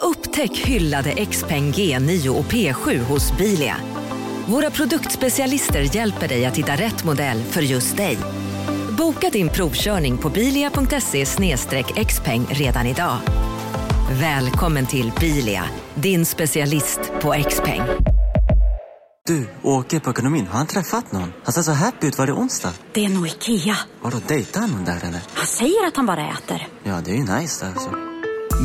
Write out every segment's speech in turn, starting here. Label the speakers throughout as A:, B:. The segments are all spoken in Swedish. A: Upptäck hyllade XPeng G9 och P7 hos Bilia. Våra produktspecialister hjälper dig att hitta rätt modell för just dig. Boka din provkörning på bilia.se xpeng redan idag. Välkommen till Bilia, din specialist på XPeng.
B: Du, åker på ekonomin. Har han träffat någon? Han ser så happy ut. Var det onsdag?
C: Det är nog Ikea.
B: Har du dejtar han någon där eller?
C: Han säger att han bara äter.
B: Ja, det är ju nice där alltså.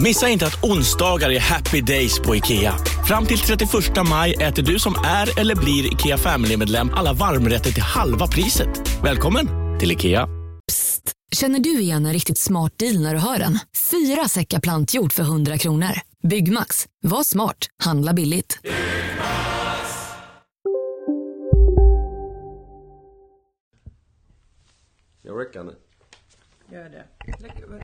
D: Missa inte att onsdagar är happy days på IKEA. Fram till 31 maj äter du som är eller blir IKEA Family-medlem alla varmrätter till halva priset. Välkommen till IKEA.
E: Psst! Känner du igen en riktigt smart deal när du hör den? Fyra säckar plantjord för 100 kronor. Byggmax. Var smart. Handla billigt.
F: Jag räcker nu.
G: Gör det. Lägg över.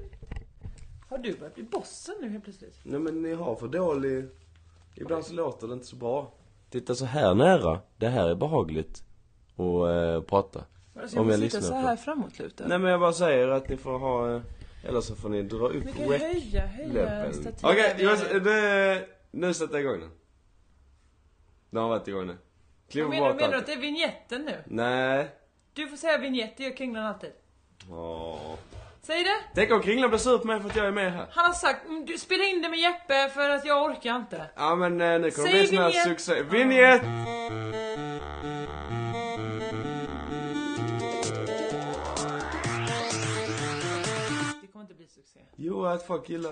G: Har du börjat bli bossen nu helt plötsligt?
F: Nej men ni har för dålig... Ibland så låter det inte så bra. Titta så här nära. Det här är behagligt. Och eh, prata.
G: Alltså, jag måste sitta så här framåtlutad.
F: Nej men jag bara säger att ni får ha... eh, Eller så får ni dra upp
G: Vi kan
F: rack
G: höja, höja
F: level.
G: stativet.
F: Okej, jag- nu- nu sätter jag igång den. Nu har varit igång nu. Kliv
G: Vad menar, du?
F: bort
G: menar du att
F: allt.
G: det är vignetten nu?
F: Nej.
G: Du får säga vignett, det gör Kringlan alltid.
F: Åh.
G: Säg det!
F: Tänk om Kringlan blir sur på mig för att jag är med här.
G: Han har sagt, "Mm, du spela in det med Jeppe för att jag orkar inte.
F: Ja men eh, nu kommer
G: Säg
F: det bli en sån här
G: vignett.
F: succé. Vinjett!
G: Det kommer inte bli succé.
F: Jo, att folk gillar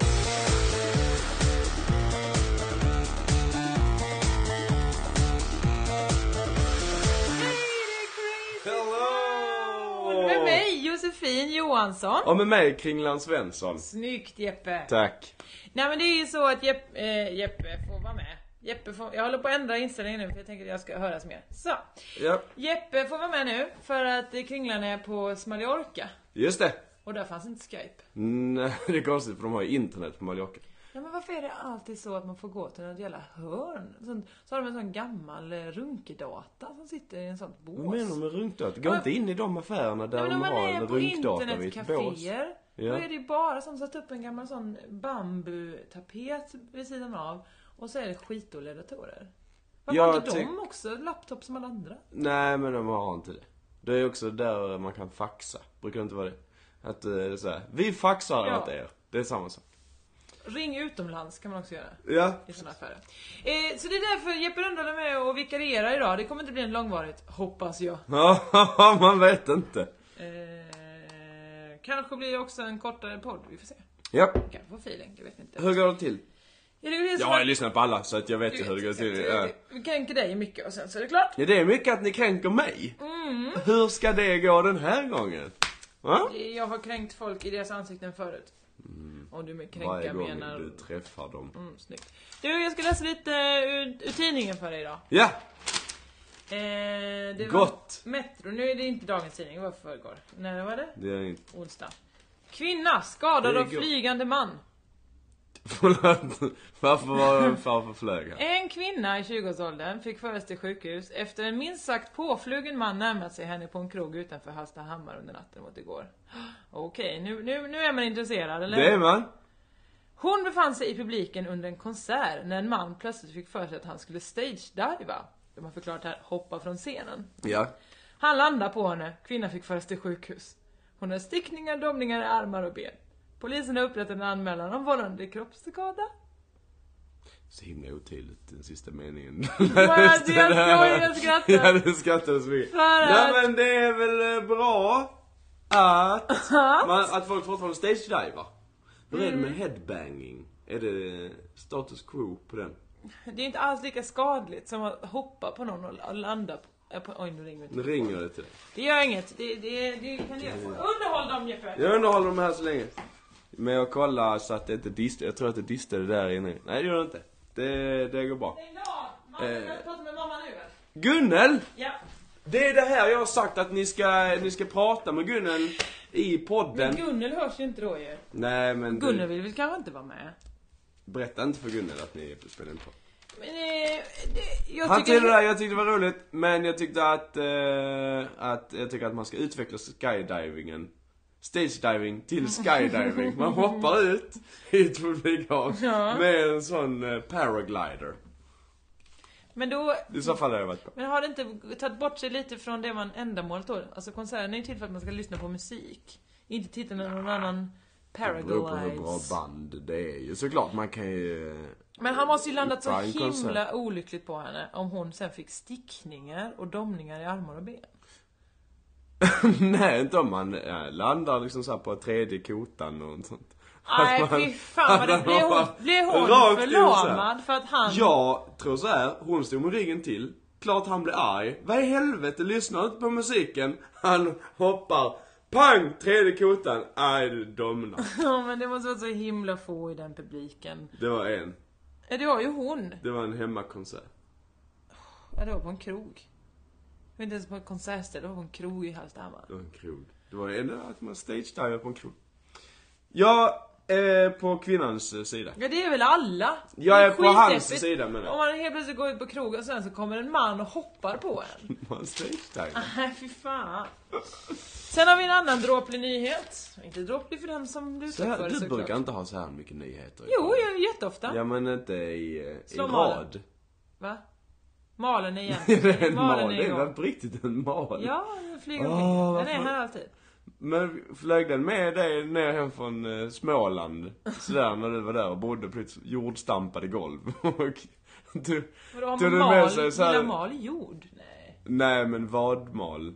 G: Och
F: Hello!
G: Med mig Josefin Johansson.
F: Och med mig Kringland Svensson.
G: Snyggt Jeppe!
F: Tack.
G: Nej men det är ju så att Jeppe, eh, Jeppe får vara med. Jeppe får, jag håller på att ändra inställningen nu för jag tänker att jag ska höras mer. Så!
F: Ja,
G: Jeppe får vara med nu för att eh, Kringlan är på Mallorca.
F: just det.
G: Och där fanns inte skype.
F: Nej, det är konstigt för de har ju internet på Mallorca.
G: Ja, men varför är det alltid så att man får gå till något jävla hörn? Sånt, så har de en sån gammal eh, runkedata som sitter i en sånt bås.
F: Vad menar du med runkdata? Gå
G: Ja,
F: inte in i de affärerna där
G: Ja, men
F: de
G: om man
F: har
G: är
F: en
G: på
F: runkdata vid ett bås.
G: internetcaféer,
F: Ja.
G: då är det ju bara som satt upp en gammal sån bambutapet vid sidan av och så är det skitdåliga datorer. Varför
F: Jag
G: har inte de
F: tyck-
G: också laptop som alla andra?
F: Nej, men de har inte det. Det är också där man kan faxa. Brukar det inte vara det? Att eh, det är så här, vi faxar
G: Ja.
F: åt er. Det är samma sak.
G: Ring utomlands kan man också göra.
F: Ja.
G: I såna affärer. Eh, så det är därför Jeppe Rönndahl är med och vikarierar idag. Det kommer inte bli en långvarigt, hoppas jag.
F: Ja, man vet inte.
G: Eh, kanske blir det också en kortare podd, vi får se.
F: Ja.
G: Kanske får feeling, jag vet inte.
F: Hur går det till?
G: Ja, det är ju
F: Jag
G: som
F: har ju
G: att-
F: lyssnat på alla så att jag vet ju hur det går
G: exakt,
F: till.
G: det-
F: Ja.
G: det- Vi kränker dig mycket och sen så är det klart.
F: Ja, det är mycket att ni kränker mig.
G: Mm.
F: Hur ska det gå den här gången? Va?
G: Jag har kränkt folk i deras ansikten förut. Om du med
F: Mm. Varje
G: kränka
F: gång
G: menar...
F: du träffar dem.
G: Mm, snyggt. Du, jag ska läsa lite ur, ur tidningen för dig idag.
F: Ja,
G: Eh, det
F: Gott.
G: Var Metro, nu är det inte dagens tidning, det var förrgår. När var det?
F: det är inte...
G: Onsdag. Kvinna skadad
F: Det är
G: av
F: gott.
G: flygande man.
F: Förlåt. Varför var det farfar flög här?
G: En kvinna i 20-årsåldern fick föras till sjukhus efter en minst sagt påflugen man närmat sig henne på en krog utanför Hallstahammar under natten mot igår. Okej, nu, nu, nu är man intresserad eller?
F: Det är man.
G: Hon befann sig i publiken under en konsert när en man plötsligt fick för sig att han skulle stage-diva. De har förklarat här, hoppa från scenen.
F: Ja.
G: Han landade på henne, kvinnan fick föras till sjukhus. Hon har stickningar, domningar i armar och ben. Polisen har upprättat en anmälan om vållande till kroppsskada.
F: Så himla otydligt den sista meningen.
G: jag skojar, jag skrattar.
F: Ja, du skrattade så mycket.
G: För att-
F: Nej men det är väl eh, bra att, man, att folk fortfarande stage-divar. Hur
G: Mm.
F: är det med headbanging? Är det status quo på den?
G: Det är inte alls lika skadligt som att hoppa på någon och- och landa på... eh, på oj, nu ringer vi
F: Nu
G: inte.
F: ringer det till dig.
G: Det gör inget. Det, det, det kan du göra. Underhåll dem Jeppe!
F: Jag underhåller dem här så länge. Men jag kollar så att det inte distade. Jag tror att det distade där inne. Nej det gör det inte. Det, det går bra.
G: Stäng av! Mamma,
F: Eh.
G: jag pratar med mamma nu väl?
F: Gunnel!
G: Ja.
F: Det är det här jag har sagt att ni ska, ni ska prata med Gunnel i podden.
G: Men Gunnel hörs ju inte då ju.
F: Nej men
G: Gunnel
F: du,
G: vill väl kanske inte vara med?
F: berätta inte för Gunnel att ni spelar in podd.
G: Men eh, det, jag
F: Han
G: tycker...
F: tyckte det där, jag tyckte det var roligt. Men jag tyckte att, eh, att jag tycker att man ska utveckla skydivingen stage diving till skydiving. Man hoppar ut i ett publikhav
G: Ja.
F: med en sån eh, paraglider.
G: Men då,
F: I så fall har jag varit på.
G: men har det inte tagit bort sig lite från det man ändamålet då? Alltså konserten är ju till för att man ska lyssna på musik. Inte titta på någon annan
F: Det beror på hur bra
G: paraglides.
F: band det är ju såklart. Man kan ju... eh,
G: Men han måste ju landat så
F: Bara en konsert.
G: himla olyckligt på henne om hon sen fick stickningar och domningar i armar och ben.
F: Nej, inte om man eh, landar liksom så här på tredje kotan och sånt.
G: Nej
F: Att man-
G: fy fan vad det
F: att
G: blev hon,
F: man-
G: blev hon
F: Rakt in så här.
G: förlamad för att han...
F: Jag tror så här, hon stod med ryggen till. Klart han blev arg. Vad i helvete, lyssnar inte på musiken. Han hoppar. Pang! Tredje kotan. Aj, du domnar.
G: Ja men det måste varit så himla få i den publiken.
F: Det var en.
G: Ja det var ju hon.
F: Det var en hemmakonsert.
G: Ja det var på en krog. Det var inte ens på ett konsertställe, det var på en krog i Hallstahammar.
F: Det var en krog. Det var ändå att man stage-diver på en krog. Jag är på kvinnans eh, sida.
G: Ja det är väl alla?
F: Jag
G: Det
F: är på hans
G: skitdeppigt
F: sida, menar jag.
G: Om man helt plötsligt går ut på krogen och sen så kommer en man och hoppar på en.
F: Man stage-diver.
G: Nej fy fan. Sen har vi en annan dråplig nyhet. Inte dråplig för den som blir
F: Så
G: utsatt för
F: här, du
G: det
F: brukar
G: såklart.
F: inte ha så här mycket nyheter. i
G: Jo,
F: podden.
G: jag jätteofta.
F: Ja men inte i, eh, i
G: Slå malen.
F: rad.
G: Va? Malen är igen.
F: Det är en mal,
G: Malen
F: det
G: är
F: är
G: igång.
F: väl på riktigt en mal?
G: Ja, den flyger
F: Åh,
G: omkring. Den
F: Ah, vad
G: är
F: fan.
G: här alltid.
F: Men flög den med dig ner hem från eh, Småland? Sådär när du var där och bodde på ditt jordstampade golv? och du,
G: Vadå, har
F: tog du
G: man mal,
F: med sig så
G: gillar
F: här,
G: mal i jord? Nej.
F: Nej men vadmal?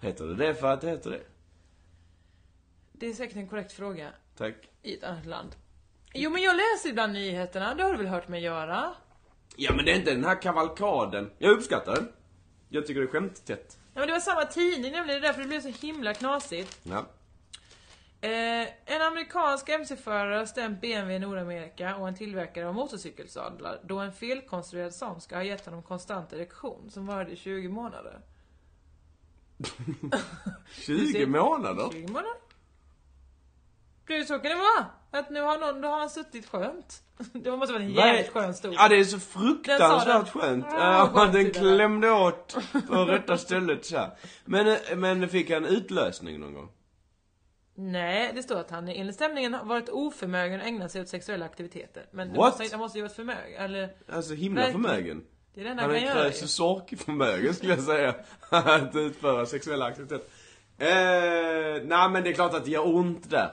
F: Heter det det för att det heter det?
G: Det är säkert en korrekt fråga.
F: Tack.
G: I ett annat land. Jo men jag läser ibland nyheterna, det har du väl hört mig göra?
F: Ja men det är inte den här kavalkaden. Jag uppskattar den. Jag tycker det är skämttätt.
G: Ja, men det var samma tidning nämligen, det är därför det blev så himla knasigt.
F: Ja.
G: Eh, en amerikansk MC-förare har stämt BMW i Nordamerika och en tillverkare av motorcykelsadlar då en felkonstruerad samska har gett honom konstant erektion som varade i 20 månader.
F: 20 månader?
G: 20 månader? Du, så kan det vara! Att nu har någon, då har han suttit skönt. Det måste vara en jävligt skön stol.
F: Ja det är så
G: Den
F: fruktansvärt
G: sa den.
F: skönt.
G: Ja,
F: Ja,
G: skönt i
F: den
G: den här.
F: klämde åt på rätta stället så här. Men, eh, men fick han utlösning någon gång?
G: Nej, det står att han enligt stämningen har varit oförmögen att ägna sig åt sexuella aktiviteter. Men det
F: What?
G: måste, han måste ju varit förmögen, eller...
F: Alltså himla
G: Verkligen.
F: förmögen.
G: Det är det enda
F: Han
G: han kan göra
F: är
G: ju.
F: så sorkförmögen skulle jag säga. att utföra sexuella aktiviteter. Eh, nej men det är klart att det gör ont där.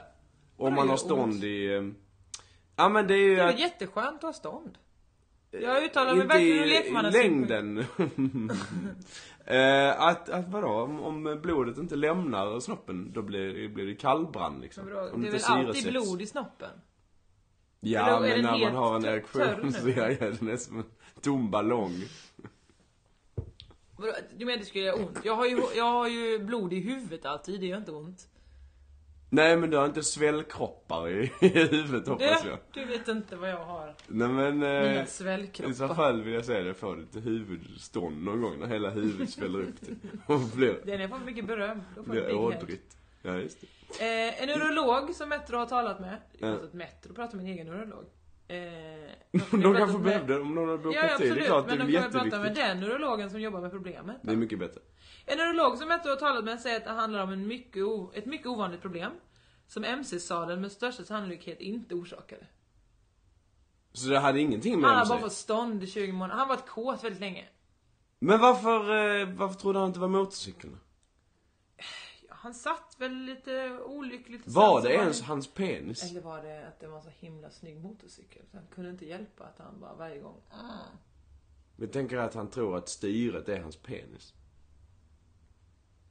F: Om man
G: gör
F: har
G: ont?
F: stånd i... eh, Ja men det är ju
G: Det är
F: att... Eh,
G: väl jätteskönt att ha stånd? Jag uttalar mig
F: Inte
G: verkligen ur
F: i, i
G: lekmannasynpunkt.
F: längden. eh, att, att vadå, om, om blodet inte lämnar snoppen då blir, blir det kallbrand liksom.
G: Men vadå,
F: om
G: Det är väl
F: inte syresätts.
G: alltid blod i snoppen? Eller
F: Ja
G: är
F: men
G: den
F: när man
G: helt
F: har en
G: tör-
F: erektion
G: törr
F: så
G: nu?
F: är den är som en tom ballong.
G: Vadå, Du menar det skulle göra ont? Jag har, ju, jag har ju blod i huvudet alltid, det gör inte ont.
F: Nej men du har inte svällkroppar i, i huvudet hoppas
G: Du,
F: jag.
G: du vet inte vad jag har.
F: Nej men...
G: Mina
F: alltså, Eh, i så
G: svällkroppar.
F: fall vill jag säga det, få lite huvudstånd någon gång när hela huvudet sväller upp till. Och blir,
G: Den är för mycket beröm. Då får du
F: blir
G: big head.
F: ådrigt. Ja just det.
G: Eh, en urolog som Metro har talat med.
F: Ja.
G: Alltså att Metro pratar med en egen urolog. Eh,
F: De kanske behövde, om någon hade
G: Ja, ja,
F: bokat tid, det är
G: absolut.
F: klart det
G: men
F: är
G: de kommer prata med
F: jätteviktigt.
G: den urologen som jobbar med problemet.
F: Det är mycket bättre.
G: En urolog som Metro har talat med säger att det handlar om en mycket o- ett mycket ovanligt problem. Som MC-sadeln med största sannolikhet inte orsakade.
F: Så det hade ingenting med
G: Han har
F: MC?
G: bara fått stånd i 20 månader. Han har varit kåt väldigt länge.
F: Men varför, eh, varför trodde han inte det var motorcykeln?
G: Han satt väl lite olyckligt. och
F: Var
G: sen så
F: det
G: var
F: ens
G: han-
F: hans penis?
G: Eller var det att det var en så himla snygg motorcykel? Så han kunde inte hjälpa att han bara varje gång... "Ah."
F: Vi tänker att han tror att styret är hans penis.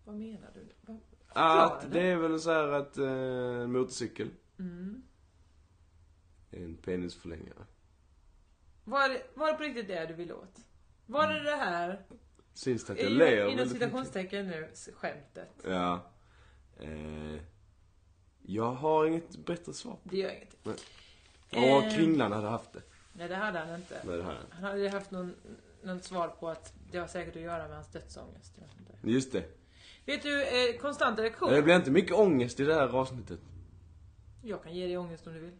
G: Vad menar du? Vad- Förklara
F: Att det är väl så här att, eh, en motorcykel.
G: Mm.
F: är En penisförlängare.
G: Var, det- var det på riktigt det du ville åt? Var det det här,
F: Syns det att jag ler
G: i- inom
F: väldigt mycket?
G: citationstecken nu, s- skämtet?
F: Ja. Eh, jag har inget bättre svar.
G: Det gör ingenting.
F: Åh,
G: Eh.
F: Kringland hade haft det.
G: Nej det hade han inte.
F: Nej, det hade han inte.
G: Han hade ju haft någon, någon svar på att det har säkert att göra med hans dödsångest. Jag vet inte.
F: Just det.
G: Vet du, eh, konstant reaktion.
F: Det blir inte mycket ångest i det här avsnittet.
G: Jag kan ge dig ångest om du vill.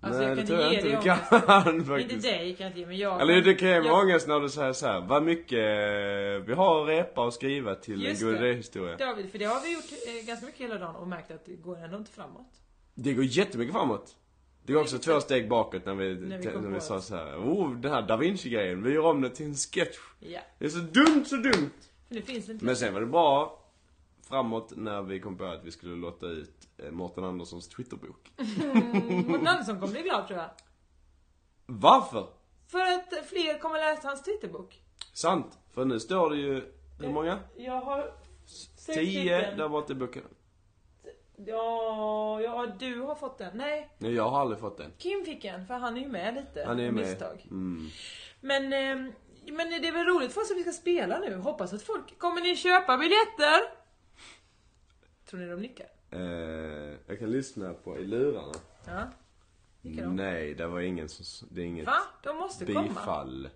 G: Alltså
F: Nej
G: jag
F: det
G: kan
F: tror jag
G: ge
F: inte
G: dig
F: du
G: ångest.
F: kan
G: Inte
F: faktiskt.
G: dig kan jag inte ge men jag
F: Eller det kan ju vara
G: jag-
F: ångest när du säger så här, vad mycket eh, vi har att repa och skriva till en
G: Just
F: god
G: det.
F: historia.
G: David, för det har vi gjort eh, ganska mycket hela dagen och märkt att det går ändå inte framåt.
F: Det går jättemycket framåt. Det går också två steg bakåt när vi,
G: När
F: när
G: vi
F: vi,
G: kom på
F: sa
G: det.
F: så här, oh den här da Vinci-grejen, vi gör om det till en sketch.
G: Ja.
F: Det är så dumt, så dumt.
G: För nu finns det inte.
F: Men sen var det bra framåt när vi kom på att vi skulle låta ut eh, Mårten Anderssons Twitterbok.
G: Mårten Andersson kommer bli glad tror jag.
F: Varför?
G: För att fler kommer läsa hans Twitterbok.
F: Sant. För nu står det ju, hur många?
G: Jag har sex
F: Tio
G: stycken.
F: där borta i böckerna.
G: Ja, ja, du har fått den. Nej,
F: Nej jag har aldrig fått den.
G: Kim fick en för han är ju med lite.
F: Han är ju
G: av
F: med.
G: Misstag.
F: Mm.
G: Men, ehm, men det är väl roligt för oss att vi ska spela nu. Hoppas att folk... Kommer ni köpa biljetter? Tror ni de nickar?
F: Eh, jag kan lyssna på i lurarna.
G: Ja. Nickar de?
F: Nej, det var ingen som, det är inget
G: Va? De måste komma.
F: bifall.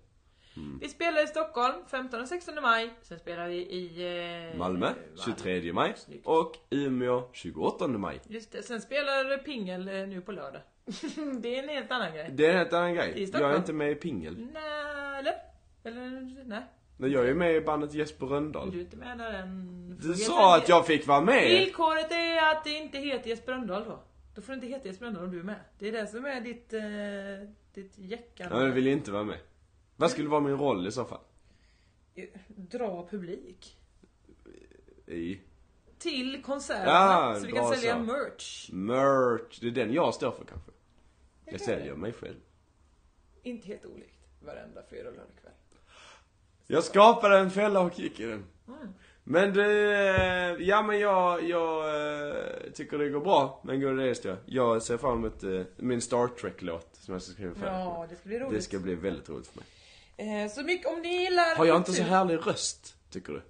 G: Vi spelar i Stockholm 15 och 16 maj. Sen spelar vi i... Eh,
F: Malmö 23 maj
G: Snyggt.
F: och Umeå 28 maj.
G: Just det. Sen spelar Pingel eh, nu på lördag. det är en helt annan grej.
F: Det är en helt annan
G: I
F: grej. Jag
G: Stockholm.
F: är inte med i Pingel.
G: Nej, eller? Eller nej.
F: Nej, Jag är med i bandet Jesper Rönndahl.
G: Du är inte med där än.
F: Du sa att jag fick vara med!
G: Villkoret är att det inte heter Jesper Rönndahl då. Då får det inte heta Jesper Rönndahl om du är med. Det är det som är ditt... Eh, ditt jäckande.
F: Ja, men jag vill inte vara med. Vad skulle vara min roll i så fall?
G: Dra publik.
F: I
G: Till konserterna.
F: Ja,
G: så vi kan
F: bra
G: sälja
F: så.
G: merch.
F: merch. Det är den jag står för kanske. Jag
G: kan
F: säljer mig själv.
G: Inte helt olikt varenda fredag och lördagkväll.
F: Jag skapade en fälla och gick i den.
G: Ah.
F: Men du, eh, ja men jag, jag eh, tycker det går bra med en god idé jag. Jag ser fram emot eh, min Star Trek-låt som jag ska skriva
G: Ja, det ska bli roligt.
F: Det ska bli väldigt roligt för mig.
G: Eh, så mycket om ni gillar...
F: Har jag inte så
G: kultur-
F: härlig röst, tycker du?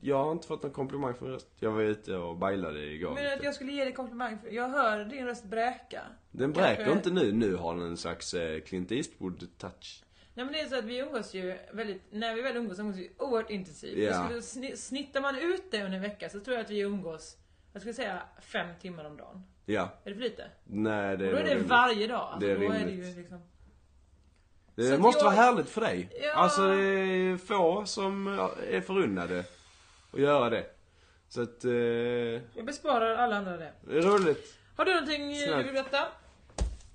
F: Jag har inte fått någon komplimang för min röst. Jag var ute och bailade igår.
G: Men att
F: lite.
G: jag skulle ge dig komplimang för jag hör din röst bräka.
F: Den bräker
G: Kanske-
F: inte nu. Nu har den en slags eh, Clint Eastwood-touch.
G: Nej men det är så att vi umgås ju väldigt, när vi väl umgås umgås vi oerhört intensivt.
F: Ja.
G: Jag skulle, sni- snittar man ut det under en vecka så tror jag att vi umgås, jag skulle säga fem timmar om dagen.
F: Ja.
G: Är det för lite?
F: Nej, det är
G: Då är det
F: rimligt.
G: varje dag. Alltså,
F: Det är
G: då är det
F: rimligt.
G: ju liksom... Så
F: Det
G: att
F: måste
G: jag-
F: vara härligt för dig.
G: Ja.
F: Alltså det är få som är förunnade att göra det. Så att, eh, det
G: Jag besparar alla andra det.
F: är roligt.
G: Har du någonting eh, du
F: Snällt.
G: vill berätta?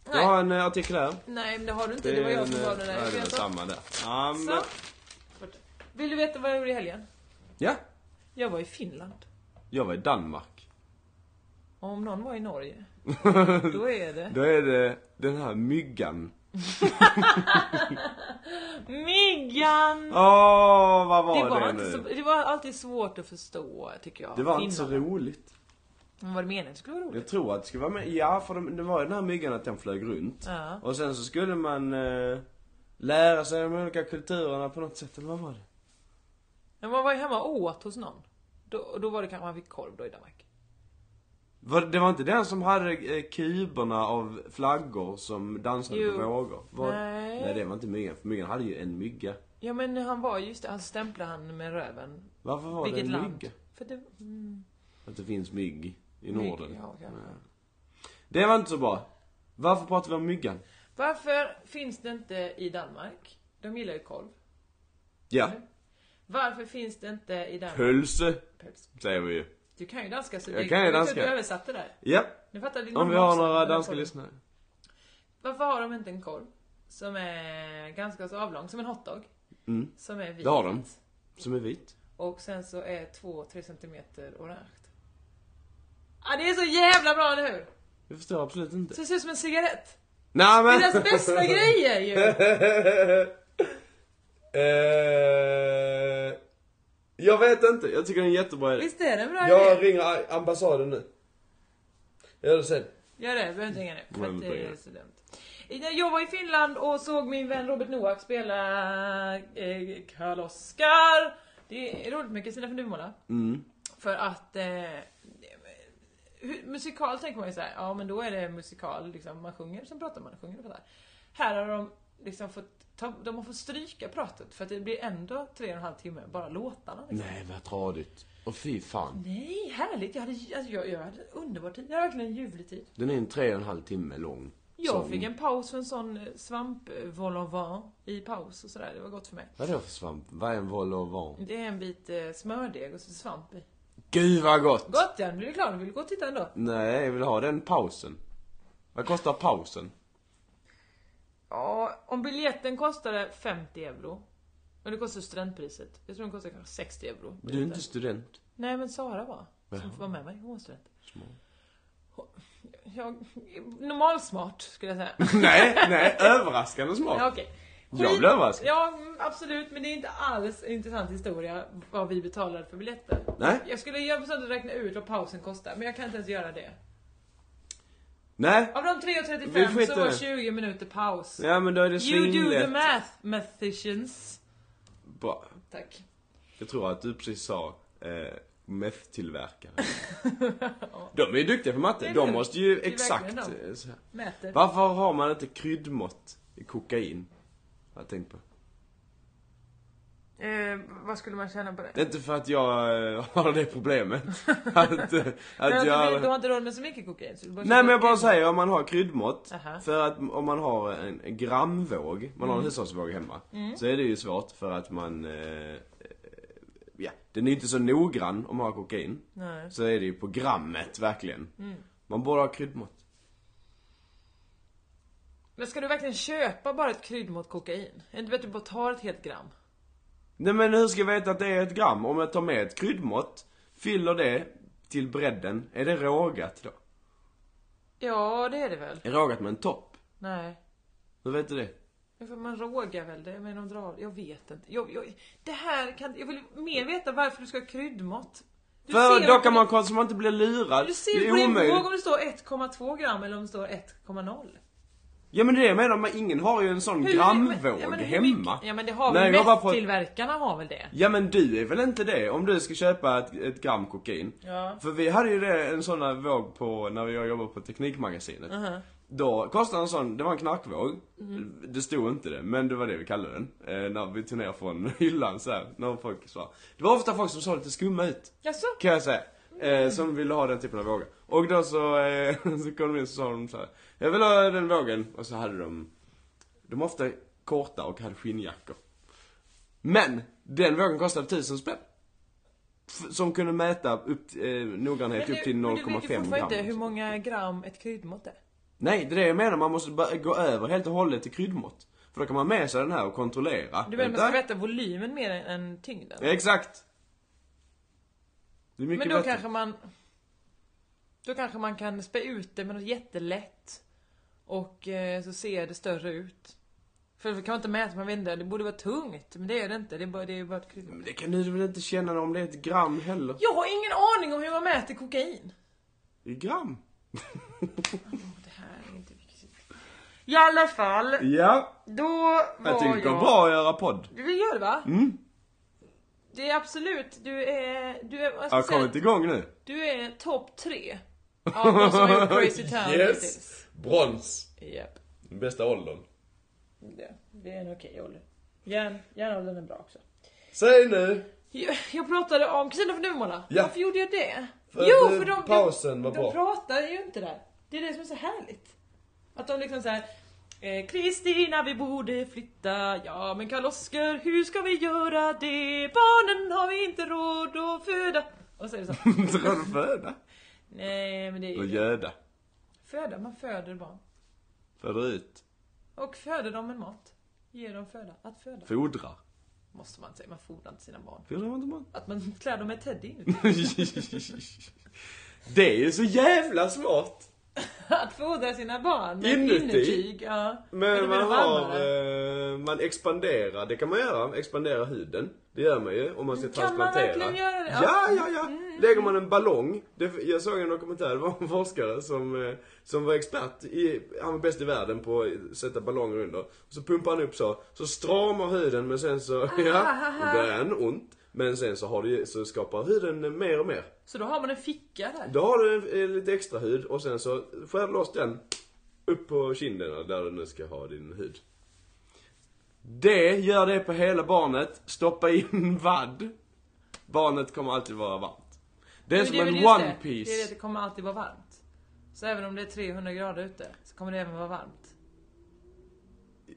F: Jag
G: Nej.
F: har en eh, artikel här.
G: Nej men det har du inte, det var jag som gav den
F: där. Ja,
G: där.
F: eh, det var
G: Jag vet att-
F: samma där. Ja, men-
G: Så. Vill du veta vad jag gjorde i helgen?
F: ja,
G: Jag var i Finland.
F: jag var i Danmark.
G: Och om någon var i Norge, då är det
F: Då är det den här myggan.
G: Myggan!
F: Åh, vad var
G: Det
F: det,
G: var,
F: nu?
G: inte så, det var alltid svårt att förstå tycker jag.
F: Det var inte så
G: finnarna.
F: roligt.
G: Men var det meningen att det skulle vara roligt?
F: Jag tror att det skulle vara med, ja för de, det var ju den här myggan att den flög runt.
G: Ja.
F: Och sen så skulle man eh, lära sig de olika kulturerna på något sätt, eller vad var det?
G: Men man var ju hemma och åt hos någon. Då, då var det kanske man fick korv då i Danmark.
F: Var, det var inte den som hade eh, kuberna av flaggor som dansade
G: Jo.
F: på vågor? Var,
G: Nej.
F: nej det var inte myggan, för myggan hade ju en mygga.
G: Ja men han var just det, han stämplade han med röven.
F: Varför var
G: Vilket
F: det en
G: land?
F: mygga?
G: För det, mm,
F: Att det finns mygg i Norden.
G: ja, kanske.
F: Det var inte så bra. Varför pratar vi om myggan?
G: Varför finns det inte i Danmark? De gillar ju korv.
F: Ja,
G: Varför finns det inte i Danmark?
F: pölse
G: Päls.
F: säger vi ju.
G: Du kan ju danska så
F: Jag
G: det-
F: kan ju
G: det är klart
F: danska.
G: Du översatte där.
F: Ja,
G: Nu fattar din
F: om vi
G: mamma
F: har
G: också.
F: några
G: Den här
F: danska
G: korven.
F: lyssnare.
G: Varför har de inte en korv? Som är ganska så avlång, som en hotdog. Som är vit.
F: Mm. Det har de. Som är vit.
G: Och sen så är 2-3 centimeter orange. Ah, det är så jävla bra, eller hur?
F: Jag förstår absolut inte.
G: Så det ser ut som en cigarett.
F: Nej
G: Det är
F: men!
G: deras bästa grejer ju!
F: Eh, jag vet inte, jag tycker det är en jättebra idé.
G: Visst är det en bra
F: Jag
G: idé?
F: ringer ambassaden nu. Jag gör det sen.
G: Gör det, du behöver inte ringa nu. För
F: Nej,
G: att
F: men
G: det
F: ringa.
G: är så dumt. Jag var i Finland och såg min vän Robert Noak spela eh, Karl Oskar. Det är roligt med Kristina från Duvemåla. För att eh, hur- musikal tänker man ju såhär, ja men då är det musikal, liksom, man sjunger, sen pratar man, sjunger och pratar. Här har de liksom fått, ta, de har fått stryka pratet för att det blir ändå tre och en halv timme bara låtarna. Liksom.
F: Nej vad tradigt. Och fy fan.
G: Nej, härligt! Jag hade, alltså, jag, jag hade underbar tid, jag hade verkligen en ljuvlig tid.
F: Den är en tre och en halv timme lång.
G: Jag
F: Som-
G: fick en paus för en sån svamp vol au vent i paus och sådär. Det var gott för mig.
F: Vadå för svamp? Vad är en vol au vent?
G: Det är en bit eh, smördeg och så svamp i.
F: Gud vad gott!
G: Gott ja, nu är det klart. Vill du gå och titta ändå?
F: Nej, jag vill ha den pausen. Vad kostar pausen?
G: Ja, om biljetten kostade 50 euro. Men det kostar studentpriset. Jag tror den kostar kanske 60 euro.
F: Du är inte student.
G: Nej men Sara var. Som var med mig. Hon var student. Jag, normalsmart skulle jag säga.
F: nej, nej, överraskande smart.
G: Ja, okej.
F: Jag
G: Skit-
F: blev överraskad.
G: Ja, mm, absolut. Men det är inte alls en intressant historia vad vi betalade för biljetten.
F: Nej.
G: Jag skulle jag försökte räkna ut vad pausen kostar, men jag kan inte ens göra det.
F: Nej,
G: Av de
F: Vi
G: 3.35
F: skiter
G: så var
F: i det.
G: 20 minuter paus.
F: ja men då är det
G: you do the
F: svinlätt.
G: math, mathicians.
F: Bra.
G: Tack.
F: Jag tror att du precis sa eh, meth-tillverkare. De är ju duktiga på
G: Det
F: matte.
G: är
F: De
G: det.
F: måste ju
G: Det är
F: exakt...
G: verkligen de.
F: eh, så här.
G: Mäter.
F: Varför har man inte kryddmått i kokain? Har jag tänkt på.
G: Eh, vad skulle man känna på det?
F: Det är inte för att jag eh, har det problemet. att, eh,
G: Men
F: att
G: alltså,
F: jag...
G: du, du har inte råd med så mycket kokain? Så du bara
F: Nej men jag
G: köper
F: bara säger om man har kryddmått.
G: Aha. Mm.
F: För att om man har en en gramvåg, man har en hushållsvåg hemma. Så är det ju svårt för att man, eh, eh, ja den är ju inte så noggrann om man har kokain.
G: Nej. Mm.
F: Så är det ju på grammet verkligen. Man borde ha kryddmått.
G: Men ska du verkligen köpa bara ett kryddmått kokain? Är inte bättre att du bara tar ett helt gram?
F: Nej men hur ska jag veta att det är ett gram? Om jag tar med ett kryddmått, fyller det till bredden, är det rågat då?
G: Ja, det är det väl?
F: Är rågat med en topp?
G: Nej.
F: Hur vet du det?
G: Men för man rågar väl det? Men de drar... Jag vet inte. Jag, jag, det här kan... Jag vill mer veta varför du ska ha kryddmått. Du
F: För
G: ser
F: då
G: ju på
F: kan man kolla så man inte blir lurad.
G: din- Du
F: Det
G: ser
F: är
G: på din
F: omöjligt.
G: våg om det står 1,2 gram eller om det står 1,0.
F: Ja men det är det jag menar, men ingen har ju en sån
G: Hur-
F: gramvåg
G: ja, men hur
F: hemma.
G: mycket- Ja men det har
F: Nej,
G: väl
F: jag var på-
G: mässtillverkarna har väl det?
F: Ja men du är väl inte det? Om du ska köpa ett, ett gram kokain.
G: Ja.
F: För vi hade ju det, en sån här våg på, när jag jobbade på Teknikmagasinet. Då kostade en sån, det var en knarkvåg.
G: Mhm.
F: Det stod inte det, men det var det vi kallade den. Eh, när vi tog ner från hyllan så här, när folk sa. Det var ofta folk som såg lite skumma ut.
G: Jaså? Mm.
F: Kan jag säga. Eh, som ville ha den typen av vågar. Och då så, eh, så kom de in och sa de så här, Jag vill ha den vågen. Och så hade de, de var ofta korta och hade skinnjackor. Men, den vågen kostade 1000 spänn. F- som kunde mäta upp, eh, noggrannhet upp till 0,5
G: men du vet ju
F: gram. liksom.
G: fortfarande inte hur många gram ett kryddmått är.
F: Nej, det är det jag menar. Man måste bara gå över helt och hållet till kryddmått. För då kan man ha med sig den här och kontrollera.
G: Du menar man
F: Vänta.
G: ska veta volymen mer än- än tyngden?
F: Ja, exakt. Det är mycket
G: Men då
F: bättre.
G: kanske man... Då kanske man kan spä ut det med något jättelätt. Och eh, så ser det större ut. För vi kan inte mäta, man vet inte, det borde vara tungt. Men det är det inte, det är bara, det är bara ett kryddmått.
F: Men det kan du väl inte känna om det är ett gram heller?
G: Jag har ingen aning om hur man mäter kokain.
F: I gram?
G: Det här är inte viktigt. I alla fall,
F: Ja,
G: då var
F: jag
G: jag...
F: tycker det går bra att göra podd.
G: Du vill göra det va? Mm. Det är absolut, du är... Du är, vad ska
F: Jag har
G: jag säga?
F: kommit igång nu.
G: du är topp tre. Av de som har gjort Crazy Town hittills.
F: Brons.
G: Japp.
F: Bästa åldern.
G: Det, det är en okej ålder. Järn, järnåldern är bra också.
F: Säg nu.
G: Jag, jag pratade om Kristina från Duvemåla.
F: Ja.
G: Varför gjorde jag det?
F: För att du- pausen var
G: de,
F: bra.
G: de pratar ju inte där. Det är det som är så härligt. Att de liksom såhär eh, Kristina vi borde flytta, ja men Karl-Oskar hur ska vi göra det? Barnen har vi inte råd att föda. Och så är det så.
F: Drar du föda?
G: Nej men det är
F: Och
G: ju
F: göda.
G: föda, man föder barn.
F: Föder ut.
G: Och föder dem en mat. Ger dem föda, att föda.
F: Fodrar.
G: Måste man inte säga, man fodrar inte sina barn.
F: Fodrar man inte mat?
G: Att man klär dem med teddy
F: Det är ju så jävla smart.
G: Att fodra sina barn med
F: Inuti.
G: Inuti. innertyg. Ja. För då
F: Men
G: blir
F: man
G: de
F: har,
G: varmare.
F: eh, man expanderar, det kan man göra, expandera huden. Det gör man ju om man ska
G: Kan man
F: transplantera.
G: verkligen göra det? Mm,
F: Ja, ja, ja. Lägger man en ballong, det, jag såg en dokumentär, det var en forskare som, eh, som var expert i, han var bäst i världen på att sätta ballonger under. Så pumpar han upp så, så stramar huden men sen så,
G: Ah,
F: ja, det är en ont. Men sen så, har det, ju- så skapar huden mer och mer.
G: Så då har man en ficka där.
F: Då har du eh, lite extra hud och sen så skär du loss den upp på kinderna där du nu ska ha din hud. Det, gör det på hela barnet, stoppa in vadd. Barnet kommer alltid vara varmt. Det är
G: Men
F: som
G: det väl
F: en
G: just
F: one
G: Det. det är det,
F: piece.
G: att det kommer alltid vara varmt. Så även om det är 300 grader ute så kommer det även vara varmt.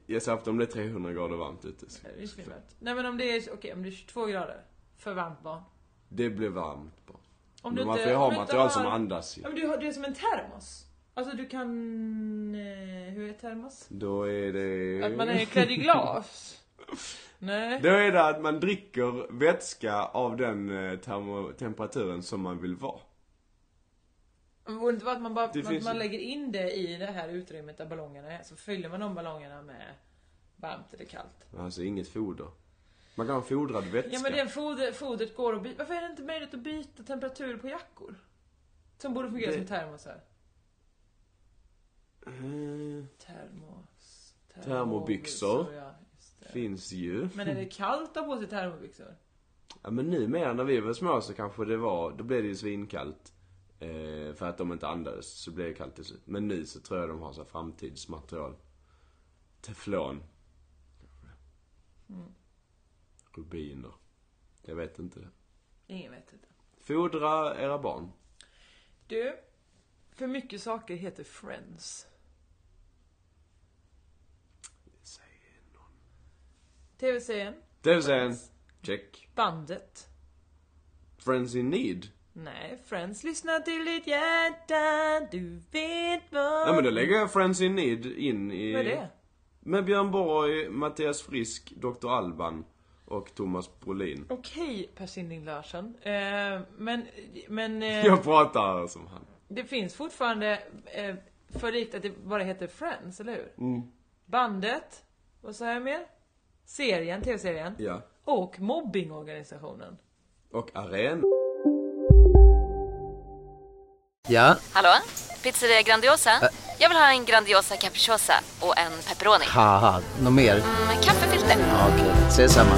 F: Jag sa att om det är 300 grader varmt ute. så-
G: Eller isfilmet. Nej men om det är, okej om det är 22 grader. För varmt barn.
F: Det blir varmt bara.
G: Om
F: Men man får ju ha
G: om du inte
F: material som
G: har-
F: andas ju.
G: Ja, men du har, det är som en termos. Alltså du kan... Eh, hur är termos?
F: Då är det...
G: Att man är klädd i glas. Nej.
F: Då är det att man dricker vätska av den eh, termo- temperaturen som man vill vara.
G: Men Borde inte vara att man bara
F: Det
G: att
F: finns
G: man
F: ju-
G: lägger in det i det här utrymmet där ballongerna är. Så fyller man de ballongerna med varmt eller kallt.
F: Alltså inget foder. Man kan ha fodrad vätska.
G: Ja men den foder, fodret går att byta. Varför är det inte möjligt att byta temperatur på jackor? Som borde fungera
F: Det-
G: som termosar.
F: Eh,
G: Termos...
F: Termobyxor.
G: ja, just det.
F: Finns ju.
G: Men är det kallt att ha på sig termobyxor?
F: Ja men numera när vi var små så kanske det var, då blev det ju svinkallt. Eh, för att de inte andades så blev det kallt till slut. Men nu så tror jag de har så här framtidsmaterial. Teflon.
G: Mm.
F: Rubiner. Jag vet inte det.
G: Ingen vet inte.
F: Fodra era barn.
G: Du, för mycket saker heter Friends. TV-serien,
F: Tusen. Check.
G: bandet.
F: Friends in need.
G: Nej, Friends lyssnar till ditt hjärta, du vet vad...
F: Ja men då lägger jag Friends in need in i...
G: Vad är det?
F: Med Björn Borg, Mattias Frisk, Dr. Alban och Thomas Brolin.
G: Okej, Per Sinding Larsen. Eh, men, men... eh,
F: Jag pratar som han.
G: Det finns fortfarande eh, för likt att det bara heter Friends, eller hur?
F: Mm.
G: Bandet, vad sa jag mer? Serien, tv-serien.
F: Ja.
G: Och mobbingorganisationen.
F: Och arena.
H: Ja,
I: Hallå? Pizzeria Grandiosa? Jag vill ha en Grandiosa capriciosa och en pepperoni.
H: haha, något mer?
I: Med kaffefilter.
H: Ja, Okej, ses samma.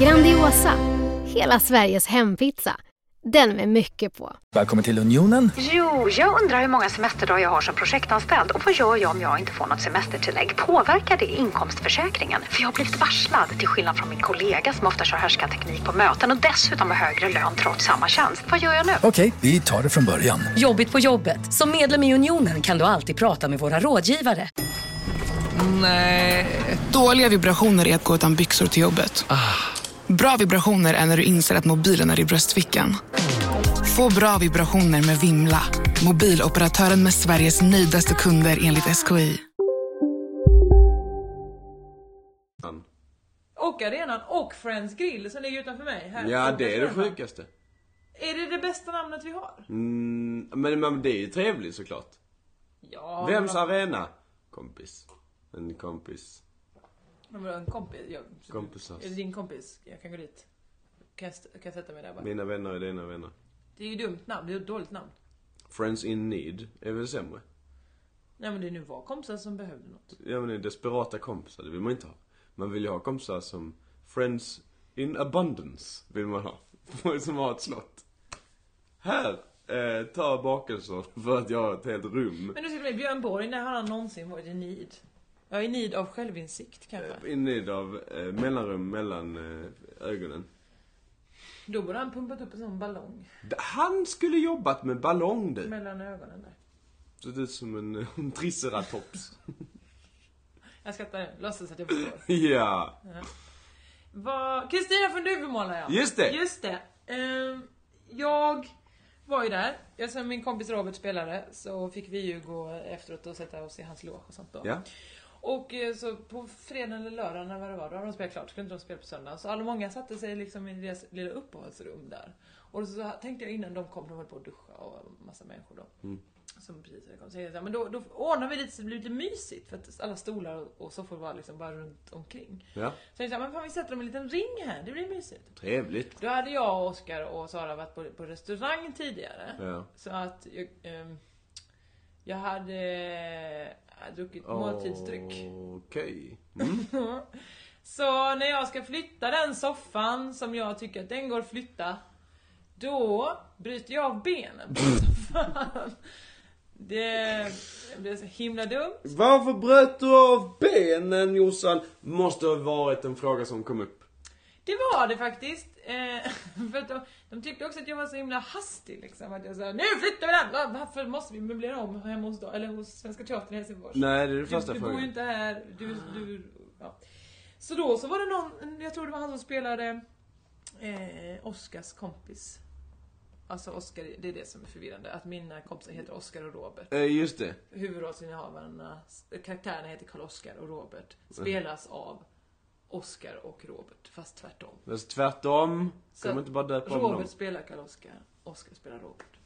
J: Grandiosa, hela Sveriges hempizza. Den med mycket på.
K: Välkommen till Unionen.
I: Jo, jag undrar hur många semesterdagar jag har som projektanställd och vad gör jag om jag inte får något semestertillägg? Påverkar det inkomstförsäkringen? För jag har blivit varslad, till skillnad från min kollega som ofta kör härskarteknik på möten och dessutom har högre lön trots samma tjänst. Vad gör jag nu?
K: Okej, vi tar det från början.
A: Jobbigt på jobbet. Som medlem i Unionen kan du alltid prata med våra rådgivare.
K: Dåliga vibrationer är att gå utan byxor till jobbet. Bra vibrationer är när du inser att mobilen är i bröstfickan. Få bra vibrationer med Vimla. Mobiloperatören med Sveriges nöjdaste kunder enligt SKI.
G: Och arenan och Friends grill som ligger utanför mig. Här
F: Ja, det är det
G: Utanför.
F: sjukaste.
G: Är det det bästa namnet vi har?
F: Mm, men, men det är ju trevligt såklart.
G: Ja,
F: Vems arena? Kompis. En kompis.
G: men vadå, en kompis. Jag,
F: Kompisars.
G: Är det din kompis? Jag kan gå dit. Kan jag, st- kan jag sätta mig där bara?
F: Mina vänner är dina vänner.
G: Det är ju dumt namn, det är ett dåligt namn.
F: Friends in need är väl sämre?
G: Nej men det nu var kompisar som behövde något.
F: Ja men det är desperata kompisar, det vill man inte ha. Man vill ju ha kompisar som friends in abundance, vill man ha. som har ett slott. Här! Eh, ta bakelser för att jag har ett helt rum.
G: Men nu ska vi Björn Borg, när har han någonsin varit i need? Ja, i need av självinsikt kanske.
F: In need av eh, mellanrum mellan eh, ögonen.
G: Då borde han pumpat upp en sån ballong
F: D- Han skulle jobbat med ballong du.
G: mellan ögonen där.
F: Såg ut som en, eh, en triceratops.
G: Jag skrattar nu, låtsas att jag förstår.
F: ja.
G: Vad- Kristina från Duvemåla ja.
F: Just det.
G: Just det. Ehm, jag var ju där, jag sen min kompis Robert spelade så fick vi ju gå efteråt och sätta oss i hans loge och sånt då.
F: Ja.
G: Och eh, så på fredag eller lördag när det var, då hade de spelat klart, skulle inte de spela på söndagen. Så alla många satte sig liksom i deras lilla uppehållsrum där. Och så tänkte jag innan de kom, de höll på att duscha och massa människor
F: Mm.
G: då. Som precis hade kommit. Så jag tänkte, men då, då ordnar vi lite så det blir lite mysigt för att alla stolar och- och soffor var liksom bara runt omkring.
F: Ja.
G: Så jag tänkte, men fan vi sätter dem i en liten ring här, det blir mysigt.
F: Trevligt.
G: Då hade jag, och Oskar och Sara varit på, på restaurang tidigare.
F: Ja.
G: Så att jag, ehm, jag hade eh, druckit måltidsdryck.
F: Okej.
G: Så när jag ska flytta den soffan som jag tycker att den går att flytta Då bryter jag av benen på soffan Det blir så himla dumt
F: Varför bröt du av benen Jossan? Måste ha varit en fråga som kom upp.
G: Det var det faktiskt. Eh, för att de, de tyckte också att jag var så himla hastig liksom. Att jag sa nu flyttar vi den! Va, Varför måste vi möblera om hemma hos, eller hos Svenska Teatern i Helsingfors?
F: Nej, det är det första
G: du, du bor
F: frågan.
G: ju inte här. Du, du, ja. Så då så var det någon, jag tror det var han som spelade eh, Oscars kompis. Alltså Oscar, det är det som är förvirrande. Att mina kompisar heter Oscar och Robert.
F: Eh, just det.
G: Huvudrollsinnehavarna, karaktärerna heter Karl-Oskar och Robert. Spelas av Oscar och Robert, fast tvärtom.
F: Men så tvärtom.
G: Så
F: Kan man inte bara döpa om
G: Robert
F: dem?
G: spelar Karl-Oskar, Oskar spelar Robert.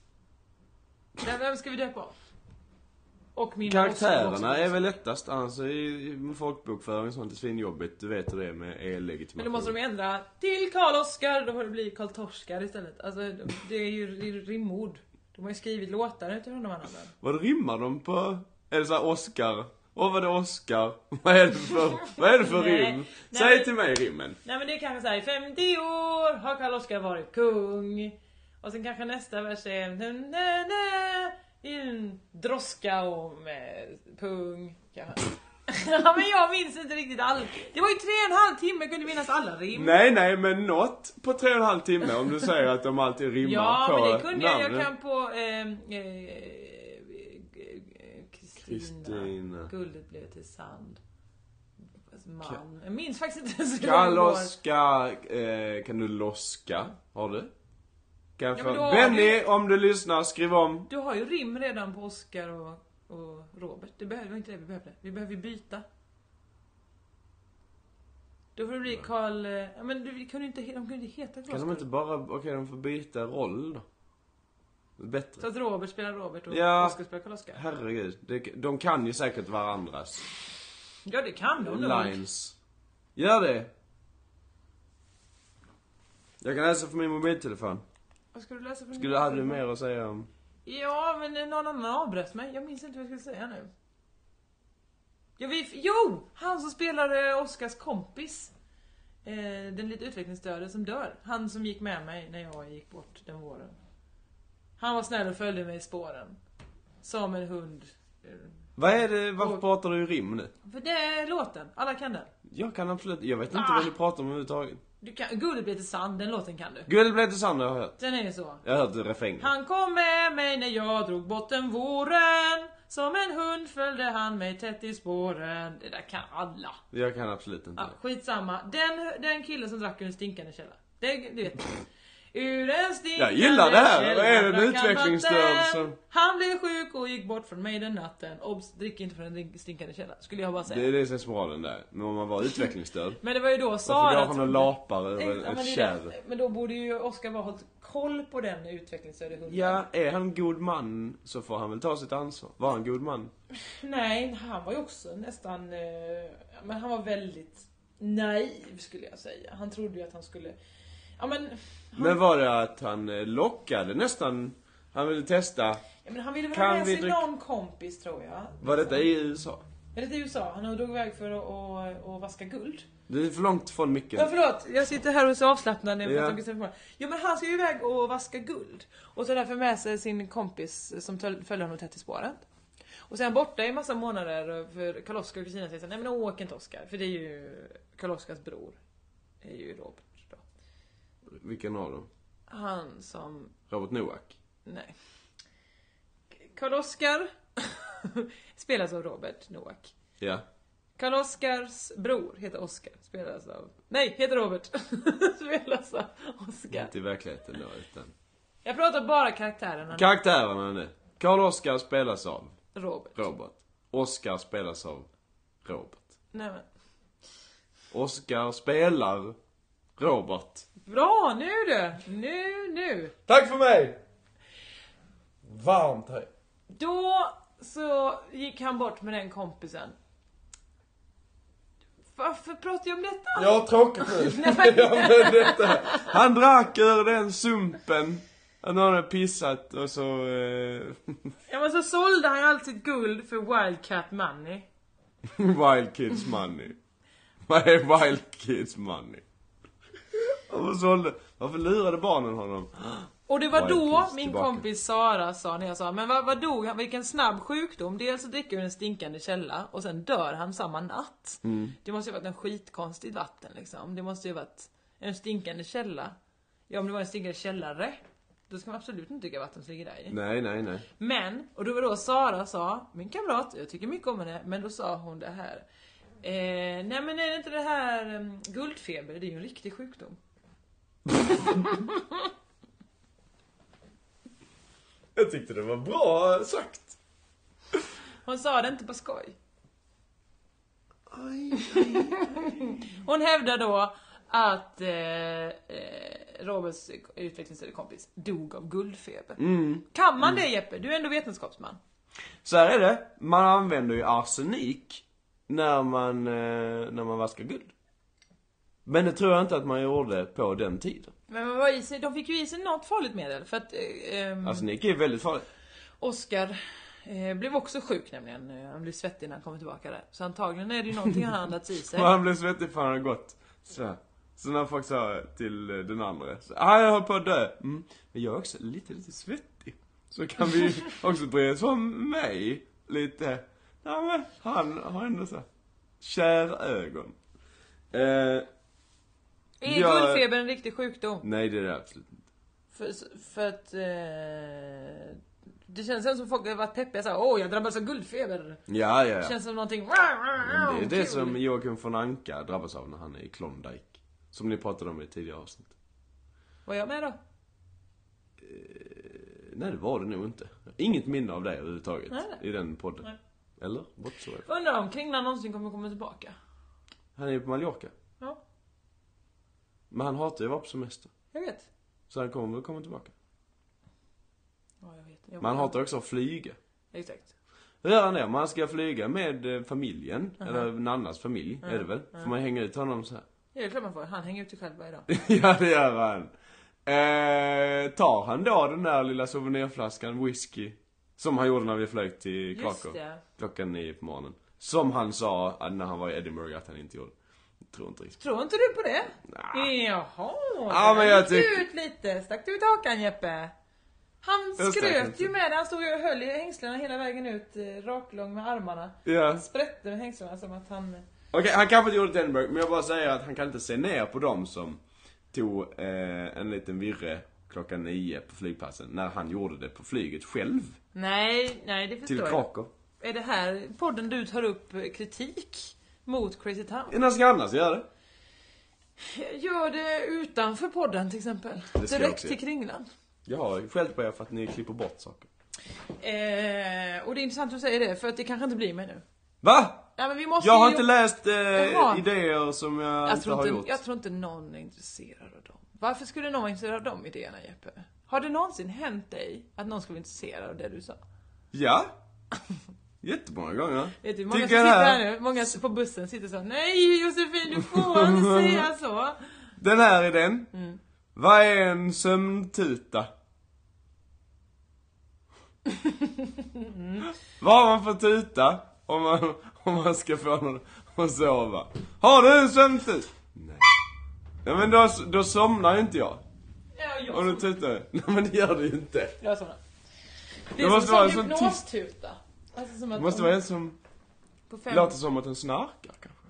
G: Men vem ska vi döpa om? Och min Oscar
F: Karaktärerna
G: också.
F: är väl lättast, annars är ju folkbokföring och sånt svinjobbigt. Du vet hur det är med e-legitimation.
G: Men då måste de ändra till Karl-Oskar, då får det bli Karl-Torskar istället. Alltså de- det är ju det är ju rimord. De har ju skrivit låtar utifrån de andra.
F: Vad rimmar de på? Är det såhär Oscar? Åh vad är det Oscar? Vad är det för, vad är det för
G: Nej,
F: rim?
G: nej,
F: Säg
G: men-
F: till mig rimmen.
G: Nej men det är kanske såhär, i 50 år har Karl-Oskar varit kung. Och sen kanske nästa vers är nä, nä, nä, i en droska om eh, pung. Kanske. ja men jag minns inte riktigt all. Det var ju tre och en halv timme, jag kunde minnas alla rim.
F: Nej nej men något på tre och en halv timme om du säger att de alltid rimmar
G: ja
F: på
G: men det kunde jag, jag
F: namnen.
G: kan på ehm, eh, eh, Kristina.
F: Kristina.
G: Guldet blev till sand. Alltså, Man. Jag minns faktiskt inte ens hur de går.
F: Kaloska, eh, kan du loska? Har du? Kan jag
G: Ja,
F: få...
G: men då har
F: Benny, om du lyssnar, skriv om.
G: Du har ju rim redan på Oscar och, och Robert. Det behöver inte det vi behövde. Vi behöver ju byta. Då får det bli Karl... eh, ja, Men du, vi kunde inte, he- de kunde inte heta Karl
F: Kan de
G: Oscar.
F: inte bara, okej de får byta roll då. Bättre.
G: Så att Robert spelar Robert och
F: Ja,
G: Oscar spelar Karl Oscar.
F: herregud. Det, de kan ju säkert varandras
G: Ja det kan de nog.
F: lines. Gör det! Jag kan läsa från min mobiltelefon.
G: Vad ska du läsa för
F: Skulle, hade du mer att säga om...
G: Ja men eh, någon annan avbröt mig. Jag minns inte vad jag skulle säga nu. Ja, vi, jo! Han som spelade Oscars kompis. Eh, den lite utvecklingsstörde som dör. Han som gick med mig när jag gick bort den våren. Han var snäll och följde mig i spåren. Som en hund. Eh,
F: Vad är det, varför pratar du i rim nu?
G: För det är låten, alla kan den.
F: Jag kan absolut, jag vet inte
G: Ah.
F: vad du pratar om överhuvudtaget.
G: Du kan, guldet blir till sand, den låten kan du.
F: Guld blev till sand har jag hört.
G: Den är ju så.
F: Jag har hört refrängen.
G: Han kom med mig när jag drog bort den våren. Som en hund följde han mig tätt i spåren. Det där kan alla.
F: Jag kan absolut inte.
G: Ja, skitsamma. Den, den killen som drack ur en stinkande källa. Det, det vet jag. Ur en stinkande
F: Jag gillar det här.
G: källa
F: Vad är det, en
G: drack han
F: utvecklingsstörd
G: vatten.
F: som-
G: Han blev sjuk och gick bort från mig den natten. Obs, drick inte från en drink- stinkande källa. Skulle jag bara säga.
F: Det är det som är moralen där. Men om man var utvecklingsstörd.
G: Men det var ju då
F: Varför
G: Sara
F: gav han och lapar
G: Ja, men
F: över
G: det
F: ett
G: är
F: kärr?
G: det. Men då borde ju Oskar bara hållit koll på den utvecklingsstörda hunden.
F: Ja, är han en god man så får han väl ta sitt ansvar. Var han en god man?
G: Nej, han var ju också nästan... eh, Men han var väldigt naiv skulle jag säga. Han trodde ju att han skulle... Ja men... Han,
F: Men var det att han eh, lockade nästan? Han ville testa.
G: ja, men han ville väl
F: kan
G: ha med
F: vi
G: sig
F: dricka-
G: någon kompis tror jag.
F: Var detta i USA?
G: Eller till USA. Han drog iväg för att och, och vaska guld.
F: Det är för långt från micken.
G: Ja, förlåt, jag sitter här och är så avslappnad när jag
F: Ja.
G: pratar om Kristoffer Morgan. Jo men han ska ju iväg och vaska guld. Och så därför med sig sin kompis som töl- följer honom tätt i spåren. Och sen borta i massa månader för Karl-Oskar och Kristina säger så här, nej men åk inte Oskar. För det är ju Karl-Oskars bror. Det är ju Robert då.
F: Vilken av dem?
G: Han som,
F: Robert Noak?
G: nej. Karl-Oskar spelas av Robert Noak.
F: Ja.
G: Karl-Oskars bror heter Oskar, spelas av... Nej, heter Robert! spelas av Oskar.
F: Inte i verkligheten då, utan...
G: Jag pratar bara karaktärerna. nu.
F: Karaktärerna nu. Karl-Oskar spelas av
G: Robert.
F: Robert. Oskar spelas av Robert.
G: Nej, men.
F: Oskar spelar Robert.
G: Bra, nu du! Nu, nu!
F: Tack för mig! Varmt tack.
G: Då så gick han bort med den kompisen. Varför pratar jag om detta?
F: Jag har tråkigt nu.
G: Nej, men-
F: Ja, men detta. Han drack ur den sumpen. Han hade pissat och så... Eh,
G: Ja men så sålde han ju allt sitt guld för Wildcat Money.
F: wild kids money. Vad är wild kids money? Varför sålde... Varför lurade barnen honom?
G: Och det var
F: Wild
G: då
F: Kids
G: min
F: tillbaka.
G: kompis Sara sa när jag sa men vad, vad dog han? Vilken snabb sjukdom. Dels så dricker du en stinkande källa
F: Mm.
G: och sen dör han samma natt. Det måste ju varit en skitkonstigt vatten liksom. Det måste ju varit En stinkande källa. Ja om det var en stinkande källare. Då ska man absolut inte dricka vatten som ligger där i.
F: Nej, nej, nej.
G: Men, och då var då Sara sa, min kamrat, jag tycker mycket om henne, men då sa hon det här. Eh, nej men är det inte det här um, guldfeber, det är ju en riktig sjukdom.
F: Jag tyckte det var bra sagt.
G: Hon sa det inte på skoj.
F: Aj.
G: Hon hävdar då att eh, eh, Roberts utvecklingsstörda kompis dog av guldfeber.
F: Mm.
G: Kan man det Jeppe? Du är ändå vetenskapsman.
F: Så här är det, man använder ju arsenik när man, eh, när man vaskar guld. Men det tror jag inte att man gjorde på den tiden.
G: Men vad var i sig? De fick ju i sig något farligt medel för att eh, ehm,
F: Arsenik är väldigt farligt.
G: Oscar eh, blev också sjuk nämligen. Eh, Han blev svettig när han kom tillbaka där. Så antagligen är det ju någonting han har andats i sig.
F: Och han blev svettig för han hade gått så här. Så när folk sa till eh, den andra, så, ah, jag höll på att dö. Mm. Men jag är också lite, lite svettig. Så kan vi också bry oss om mig lite. Ja men han har ändå så här, kärögon. Eh,
G: Är
F: jag-
G: guldfeber en riktig sjukdom?
F: nej det är det absolut inte.
G: För, för att... Eh, det känns som att folk har varit peppiga såhär, åh jag drabbas av guldfeber.
F: Ja, ja, Mm. ja.
G: Känns som någonting...
F: Det är det
G: Kul.
F: som Joakim von Anka drabbas av när han är i Klondike. Som ni pratade om i tidigare avsnitt.
G: Var jag med då?
F: Nej, det var det nog inte. Inget minne av det överhuvudtaget
G: Nej.
F: i den podden.
G: Nej.
F: Eller? Whatsoever.
G: Undrar om Kringlan någonsin kommer komma tillbaka.
F: Han är ju på Mallorca.
G: Ja,
F: Men han hatar ju att vara på semester.
G: jag vet.
F: Så han kommer väl komma tillbaka.
G: Ja, jag vet.
F: Men
G: Jag
F: han hatar också att flyga.
G: Exakt.
F: Hur gör han det? Om han ska flyga med eh, familjen,
G: Aha.
F: eller Nannas familj är det väl?
G: Ja.
F: Får man hänga ut honom så här?
G: Ja, det är klart man får. Han hänger ut sig själv varje dag.
F: ja, det gör han. Eh, tar han då den där lilla souvenirflaskan whisky? Som han gjorde när vi flög till
G: Just
F: Krakow.
G: det.
F: Klockan nio på morgonen. Som han sa eh, när han var i Edinburgh att han inte gjorde. Jag tror inte riktigt.
G: Tror inte du på det? Nej. Jaha,
F: Ja,
G: där
F: men jag
G: gick du
F: tyck-
G: ut lite. Stack du ut hakan Jeppe? Han
F: Jag stack
G: skröt
F: inte.
G: ju med det. Han stod ju och höll i hängslena hela vägen ut, eh, raklång med armarna.
F: Ja.
G: Han sprätte med hängslena som att han...
F: Okej, han kanske inte gjorde det i Edinburgh, men jag bara säger att han kan inte se ner på dem som tog eh, en liten virre klockan nio på flygplatsen. När han gjorde det på flyget själv.
G: Nej, nej det förstår
F: Till
G: jag.
F: Krakow.
G: Är det här podden du tar upp eh, kritik mot Crazy Town?
F: När ska jag annars göra det?
G: Gör det utanför podden till exempel.
F: Det ska jag
G: Direkt
F: också
G: till
F: göra.
G: Kringlan.
F: Jag har skällt på er för att ni klipper bort saker.
G: Eh, och det är intressant att du säger det, för att det kanske inte blir med nu.
F: Va?
G: Nej, men vi måste
F: Jag har
G: ju-
F: inte läst eh,
G: Jaha.
F: idéer som jag,
G: Jag
F: inte
G: tror
F: har
G: inte,
F: gjort.
G: jag tror inte någon är intresserad av dem. Varför skulle någon vara intresserad av de idéerna Jeppe? Har det någonsin hänt dig att någon skulle vara intresserad av det du sa?
F: Ja. Jättemånga gånger.
G: Vet du, många som
F: Tycker
G: sitter
F: det här-
G: här nu, många på bussen sitter så här, Nej Josefin du får inte säga så.
F: Den här idén.
G: Mm.
F: Vad är en sömntuta? Vad har man för tuta om man, om man ska få någon att sova? Har du en sömntuta? Nej. Ja men då, då somnar ju inte jag.
G: Ja, jag
F: Om du tutar. Nej men det gör du ju inte.
G: Jag somnar. Det,
F: Det
G: är
F: måste
G: som
F: vara
G: en
F: en sån
G: sån
F: tyst-
G: hypnostuta. Alltså som
F: Det
G: att
F: måste
G: de-
F: vara en som
G: på fem...
F: låter som att den snarkar kanske.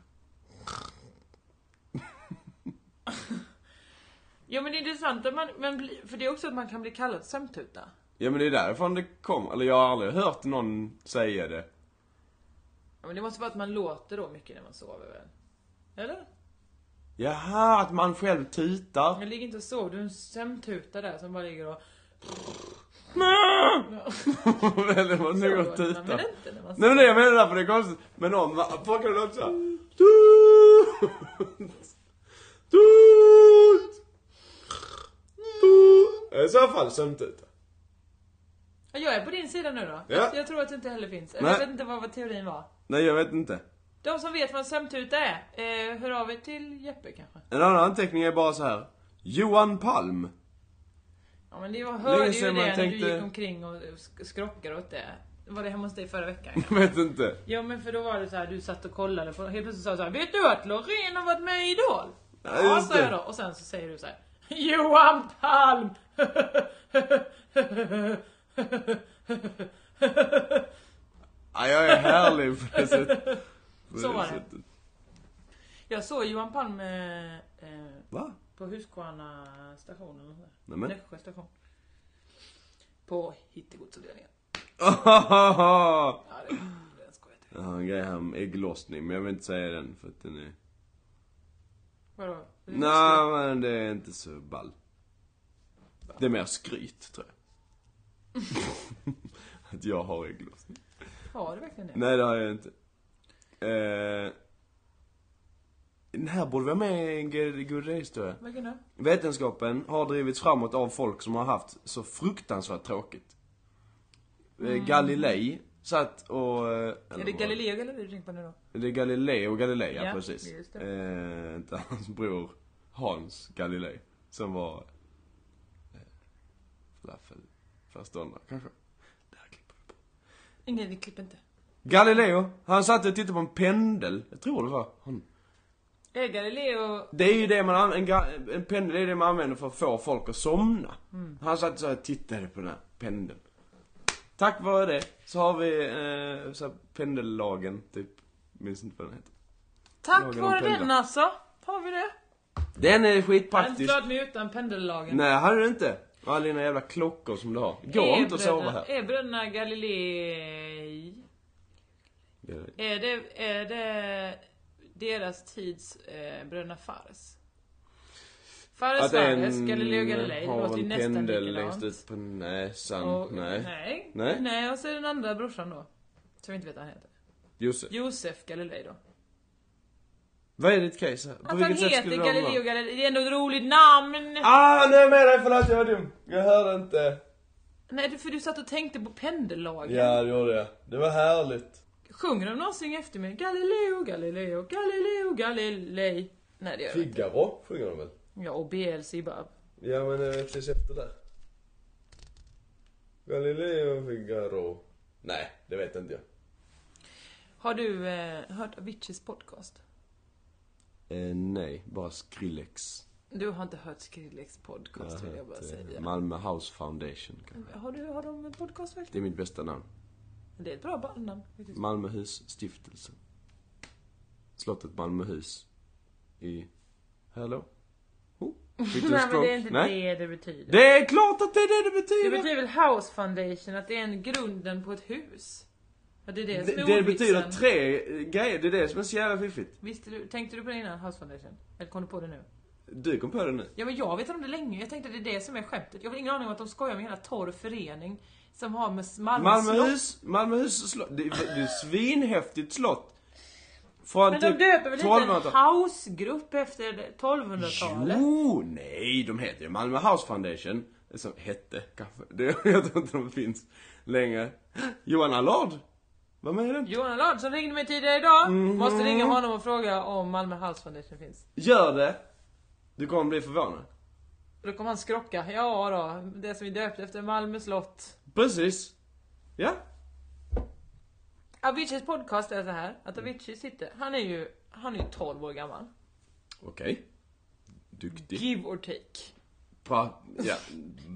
G: Ja men det är intressant att man, man blir, för det är också att man kan bli kallad sömntuta.
F: Ja men det är därifrån det kommer. Eller jag har aldrig hört någon säga det.
G: Ja, men det måste vara att man låter då mycket när man sover väl? Eller?
F: Jaha, att man själv tutar.
G: Jag ligger inte och sover, du är en sömntuta där som bara ligger och...
F: Eller vad nu går
G: Så,
F: och
G: men
F: tutar.
G: inte när man
F: Nej men det jag menar därför det är konstigt. Men om man- folk kan låta såhär. Tut! Tut! Tut! I så fall sömntuta.
G: Ja, Jag är på din sida nu då.
F: Ja.
G: Jag tror att det inte heller finns. Eller
F: Nej.
G: Jag vet inte vad, vad teorin var.
F: Nej jag vet inte.
G: De som vet vad en sömntuta är, eh, hör av er till Jeppe kanske.
F: En annan anteckning är bara så här. Johan Palm.
G: Ja men det var, hörde ju det
F: sedan man
G: när du
F: tänkte-
G: gick omkring och sk- skrockade åt det. Var det hemma hos dig förra veckan?
F: Jag vet inte.
G: ja men för då var det så här, du satt och kollade på Helt plötsligt sa du så här, vet du att Loreen har varit med i Idol?
F: Ja,
G: Ja
F: just
G: sa jag
F: det.
G: då. Och sen så säger du så här, Johan Palm!
F: Ja, jag är härlig på det sättet. På
G: Så var det.
F: sättet.
G: Jag såg Johan Palm eh, eh,
F: Va?
G: På Huskvarna station eller nåt sånt där.
F: Nämen.
G: Nässjö station. På hittegodsavdelningen.
F: Ohohoho!
G: Ja, det, det är en skoj.
F: Jag har en grej här om ägglossning, men jag vill inte säga den för att den är...
G: Vadå?
F: Nej, men det är inte så ball. Det är mer skryt, tror jag. att jag har ägglossning.
G: Har du verkligen det?
F: Nej, det har jag inte. Eh, den här borde vara med i en Gud- Good Race, tror jag.
G: Vilken då?
F: Vetenskapen har drivits framåt av folk som har haft så fruktansvärt tråkigt. Eh, Galilei satt och... eh,
G: Mm. Är
F: eller
G: det
F: vad-
G: Galileo Galilei du tänker på nu då?
F: det är Galileo Galilei, ja,
G: Ja,
F: precis.
G: just
F: Eh, inte hans bror Hans Galilei. Som var... Eh, Falafelföreståndare, kanske.
G: Ingen, vi klipper inte.
F: Galileo, han satt och tittade på en pendel. Jag tror det var han.
G: Är Eh, Galileo...
F: Det är ju det man använder, en, ga- en pendel det är det man använder för att få folk att somna. Han satt så här och tittade på den här pendeln. Tack vare det så har vi eh, så här pendellagen, typ. Minns inte vad den heter.
G: Tack
F: Lagen om
G: vare den
F: pendlar.
G: alltså! Har vi det?
F: Den är
G: Jag är inte
F: skitpraktisk.
G: glad med utan pendellagen.
F: Nej, hade du inte. Och alla dina jävla klockor som du har. Går
G: Är
F: inte att sova
G: bröderna-
F: här.
G: Är bröderna Galilei... Är det, är det deras tids eh, Bröderna Fares? Fares Fares, Galileo Galilei, det
F: har
G: låter ju
F: en
G: nästan
F: pendel längst
G: likadant.
F: ut på näsan.
G: Och,
F: nej.
G: nej.
F: Nej.
G: Nej, och så är den andra brorsan då. Som vi inte vet vad han heter.
F: Josef.
G: Josef Galilei då.
F: Vad är ditt case här? På
G: Att han
F: vilket sätt
G: heter
F: skulle det vara bra?
G: Galileo Galilei, det är ändå ett roligt namn!
F: Ah, nu är jag med dig! Förlåt, jag var dum. Jag hörde inte.
G: Nej, du- för du satt och tänkte på pendellagen.
F: Ja, det gjorde jag. Det var härligt.
G: Sjunger de någonsin efter mig? Galileo, Galileo, Galileo, Galilei. Nej det gör de inte.
F: Figaro sjunger de väl?
G: Ja, och BLC Bab.
F: Ja, men det är precis efter där. Galileo Figaro. Nej, det vet inte jag.
G: Har du eh, hört Aviciis podcast?
F: Eh, nej, bara Skrillex.
G: Du har inte hört Skrillex podcast vill jag bara
F: hört, eh,
G: säga.
F: Malmö House Foundation kanske.
G: Har, du, har de en podcast
F: Det
G: verkligen?
F: är mitt bästa namn.
G: Det är ett bra bandnamn faktiskt.
F: Malmöhus stiftelse. Slottet Malmöhus. I... Hello? Oh,
G: Nej
F: Victor
G: men det
F: Stroke.
G: är inte
F: Nej.
G: det det betyder.
F: Det är klart att det är det det
G: Det
F: betyder!
G: betyder väl house foundation, att det är en grunden på ett hus? Att det är det som
F: Det,
G: är
F: det
G: ordvitsen.
F: betyder tre eh, grejer, det är det som är så jävla fiffigt.
G: Visste du, tänkte du på det innan, house foundation? Eller kom du på det nu?
F: Du kom på det nu.
G: Ja men jag vet om det länge, jag tänkte att det är det som är skämtet. Jag har ingen aning om att de skojar med hela torr förening som har med Malmö, slott.
F: Malmöhus, Malmöhus slott. Det, det är ett svinhäftigt slott. Från
G: Men de
F: typ
G: döper väl inte
F: 1200-talet.
G: en housegrupp efter det- 1200-talet?
F: Jo, Oh, nej, de heter ju Malmö House Foundation. Som hette kanske. Det, jag tror inte de finns längre. Johan Allard var med i den.
G: Johan Allard som ringde mig tidigare idag,
F: Mm.
G: måste ringa honom och fråga om Malmö House Foundation finns.
F: Gör det! Du kommer bli förvånad.
G: Då kommer han skrocka, ja då, det som vi döpte efter Malmö slott.
F: Precis. Ja.
G: Aviciis podcast är så här att Avicii sitter, han är ju, han är ju 12 år gammal.
F: Okej. Duktig.
G: Give or take.
F: Bra. Ja.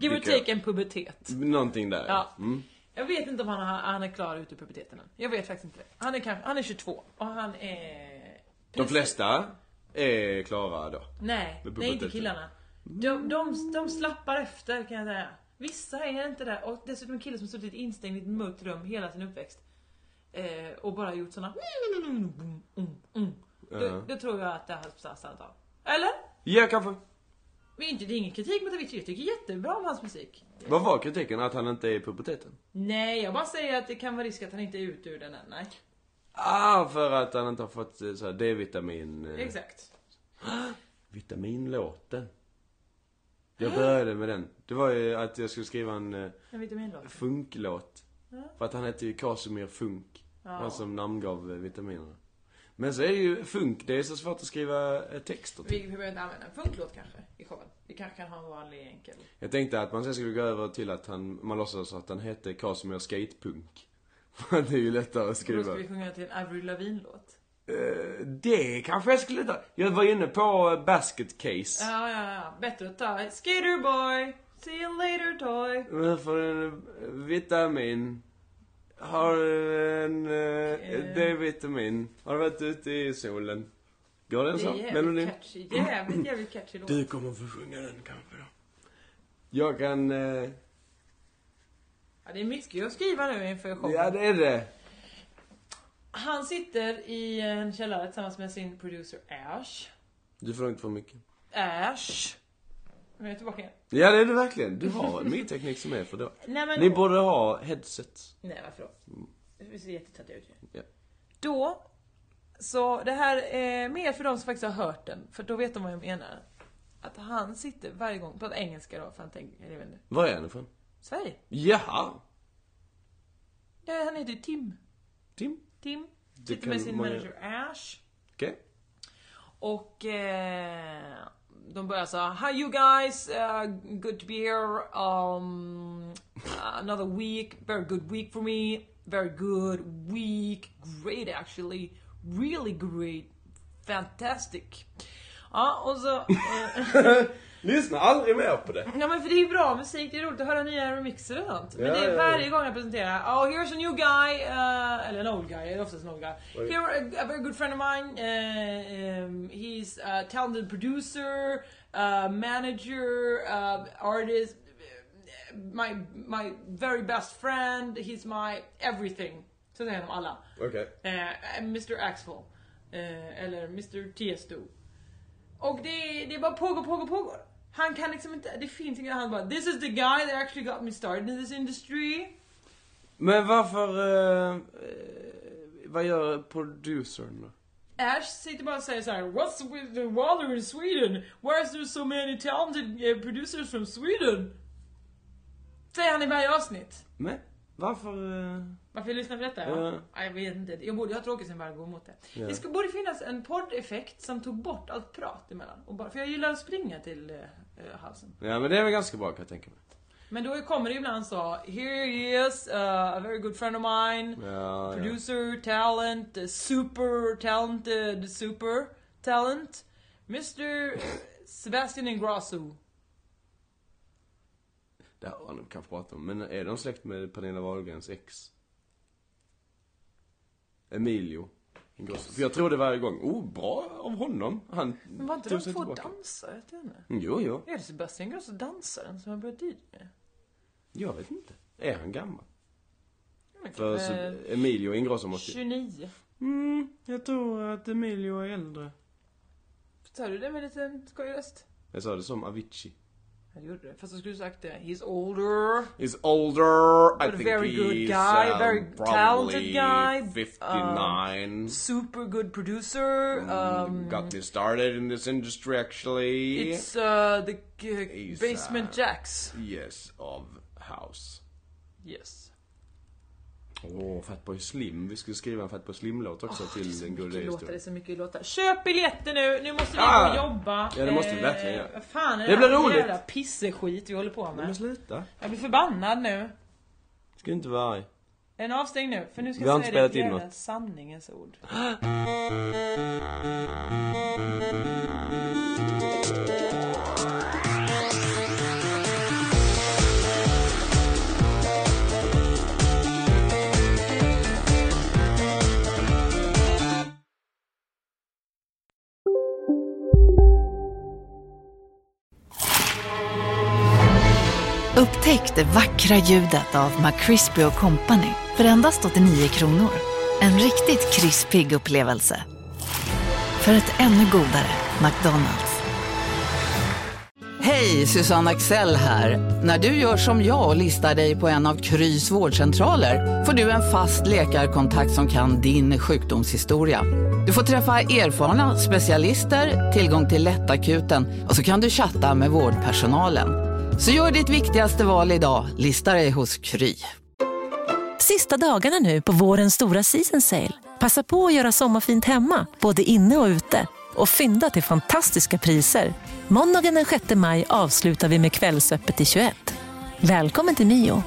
G: Give or
F: Vilka-
G: take en pubertet.
F: Någonting där.
G: Ja.
F: Mm.
G: Jag vet inte om han, har, han är klar ute i puberteten än. Jag vet faktiskt inte. Han är kanske, han är 22 och han är...
F: De flesta är klara då.
G: Nej,
F: Med
G: nej inte
F: puberteten.
G: killarna. De, de, de slappar efter kan jag säga. Vissa är inte där och dessutom en kille som suttit instängd i ett mörkt rum hela sin uppväxt. Eh, och bara gjort såna... Då, då tror jag att det har stannat av. Eller?
F: Ja, kanske.
G: Men inte, det är ingen kritik mot Avicii, jag tycker jättebra om hans musik.
F: Vad var kritiken? Att han inte är i puberteten?
G: Nej, jag bara säger att det kan vara risk att han inte är ute ur den än. Nej.
F: Ah, för att han inte har fått eh, så här D-vitamin... eh,
G: Exakt.
F: Vitaminlåten. Jag började med den. Det var ju att jag skulle skriva en eh,
G: En vitaminlåt.
F: funklåt. För att han hette ju Casimir Funk.
G: Ja.
F: Han som namngav eh, vitaminerna. Men så är ju funk, det är så svårt att skriva eh, texter till.
G: Vi behöver inte använda en funklåt kanske i showen. Vi kanske kan ha en vanlig enkel.
F: Jag tänkte att man sen skulle gå över till att han, man låtsas att han hette Casimir Skatepunk. För att det är ju lättare att
G: Då
F: skriva.
G: ska vi sjunga till en Avril Lavigne-låt.
F: Eh, det kanske jag skulle ta. Jag var inne på eh, basket case.
G: Ja, ja, ja. Bättre att ta Skaterboy, see you later toy.
F: Men för en eh, vitamin. Har du en eh,
G: Eh.
F: D-vitamin? Har du varit ute i solen? Går den
G: Det
F: så?
G: är jävligt
F: Melodin?
G: catchy. Jävligt, jävligt catchy låt.
F: Du kommer få sjunga den kanske då. Jag kan... Eh,
G: Ja, det är mycket att skriva nu inför showen.
F: ja, det är det.
G: Han sitter i en källare tillsammans med sin producer Ash.
F: Du får nog inte för mycket.
G: Ash. Nu är jag tillbaka igen.
F: Ja, det är det verkligen. Du har en mic-teknik som är för då.
G: Nej, men-
F: Ni borde ha headsets.
G: Nej, varför då?
F: Mm.
G: Det ser jättetöntigt ut ju.
F: Ja.
G: Då, så det här är mer för de som faktiskt har hört den, för då vet de vad jag menar. Att han sitter varje gång, på engelska då, för han tänker, jag vet inte.
F: Var är han ifrån?
G: Sverige.
F: Jaha!
G: Det, han heter ju Tim.
F: Tim?
G: Tim.
F: Det
G: Sitter
F: kan
G: med sin
F: man ju-
G: manager Ash.
F: Okej.
G: Och eh, de börjar så här, Hi you guys, uh, good to be here. Um, another week, very good week for me. Very good week, great actually. Really great, fantastic. Ja, och så... Eh,
F: Lyssna aldrig mer på det.
G: Ja men för det är ju bra musik, det är roligt att höra nya remixer och sånt. Men
F: Ja,
G: det
F: ja,
G: är
F: ja.
G: varje gång jag presenterar, oh here's a new guy, uh, eller en old guy, det är oftast en old guy.
L: Oj.
G: Here eh, a, a very good friend of mine, uh, um, he's a talented producer, uh, manager, uh, artist, uh, my, my very best friend, he's my everything. Så säger de alla.
F: Okej.
G: Eh, Mr Axel. Eh, eller Mr Tiesto. Och det, det bara pågår, pågår, pågår. Han kan liksom inte, det finns inget, han bara This is the guy that actually got me started in this industry.
F: Men varför... Eh, eh, vad gör producern då?
G: Ash sitter bara och säger såhär What's with the water in Sweden? Why is there so many talented eh, producers from Sweden? Säger han i varje avsnitt.
F: Men varför... Eh,
G: Varför jag lyssnar på detta?
F: Ja.
G: Ja. Jag vet inte. Jag borde ha tråkigt sen bara gå emot det.
F: Ja.
G: Det skulle, borde finnas en poddeffekt som tog bort allt prat emellan. Och bara, för jag gillar att springa till eh, eh, halsen.
F: ja men det är väl ganska bra kan jag tänka mig.
G: Men då kommer det ibland så Here he is, uh, a very good friend of mine.
F: Ja, ja.
G: Producer, talent, eh, super talented, super talent. Mr Sebastian Ingrosso.
F: Det har han kanske pratat om. Men är de släkt med Pernilla Wahlgrens ex? Emilio. Ingrosso. För jag tror det varje gång. Oh, bra av honom. Han
G: Men var inte
F: tog
G: de
F: sig
G: två
F: tillbaka. Mm,
G: dansare till henne?
F: Jo, jo.
G: Är det Sebastian Ingrosso dansaren som har börjat dit med?
F: Jag vet inte. Är han gammal?
G: men
F: För
G: kanske-
F: så- Emilio Ingrosso måste ju...
G: 29.
F: Mm, jag tror att Emilio är äldre.
G: Sa du det med en liten skojig röst?
F: Jag sa det som Avicii.
G: Jag gjorde det. Fast jag skulle sagt det. He's older.
F: Is older, I
G: But a
F: think
G: very good
F: he's,
G: guy,
F: um,
G: very
F: probably
G: talented guy,
F: 59.
G: Super good producer.
F: Mm.
G: Um,
F: Got me started in this industry actually.
G: it's uh, the uh,
F: He's,
G: Basement
F: uh,
G: Jacks.
F: Yes, of House.
G: Yes.
F: Åh, Fatboy Slim. Vi skulle skriva en Fatboy Slim-låt också till den goda
G: Mycket låtar, det är
F: historien.
G: så mycket låtar. Köp biljetter nu! Nu måste vi
F: Ah!
G: gå och jobba.
F: Ja, det måste vi
G: Eh,
F: verkligen göra.
G: vad fan är
F: Det blir
G: här för
F: roligt.
G: jävla pisseskit vi håller på med?
F: Men sluta.
G: Jag blir förbannad nu.
F: Ska du inte vara arg.
G: En avstäng nu, för nu ska
F: Vi har
G: jag
F: inte
G: säga
F: spelat
G: det
F: in
G: jävla
F: något.
G: sanningens ord.
M: Upptäck det vackra ljudet av McCrispy Company för endast 89 kronor. En riktigt krispig upplevelse. För ett ännu godare McDonalds.
N: Hej, Susanne Axel här. När du gör som jag och listar dig på en av Krys vårdcentraler får du en fast läkarkontakt som kan din sjukdomshistoria. Du får träffa erfarna specialister, tillgång till lättakuten och så kan du chatta med vårdpersonalen. Så gör ditt viktigaste val idag, listar dig hos Kry.
O: Sista dagarna nu på vårens stora season sale. Passa på att göra sommarfint hemma, både inne och ute. Och fynda till fantastiska priser. Måndagen den 6 maj avslutar vi med Kvällsöppet i 21. Välkommen till Mio.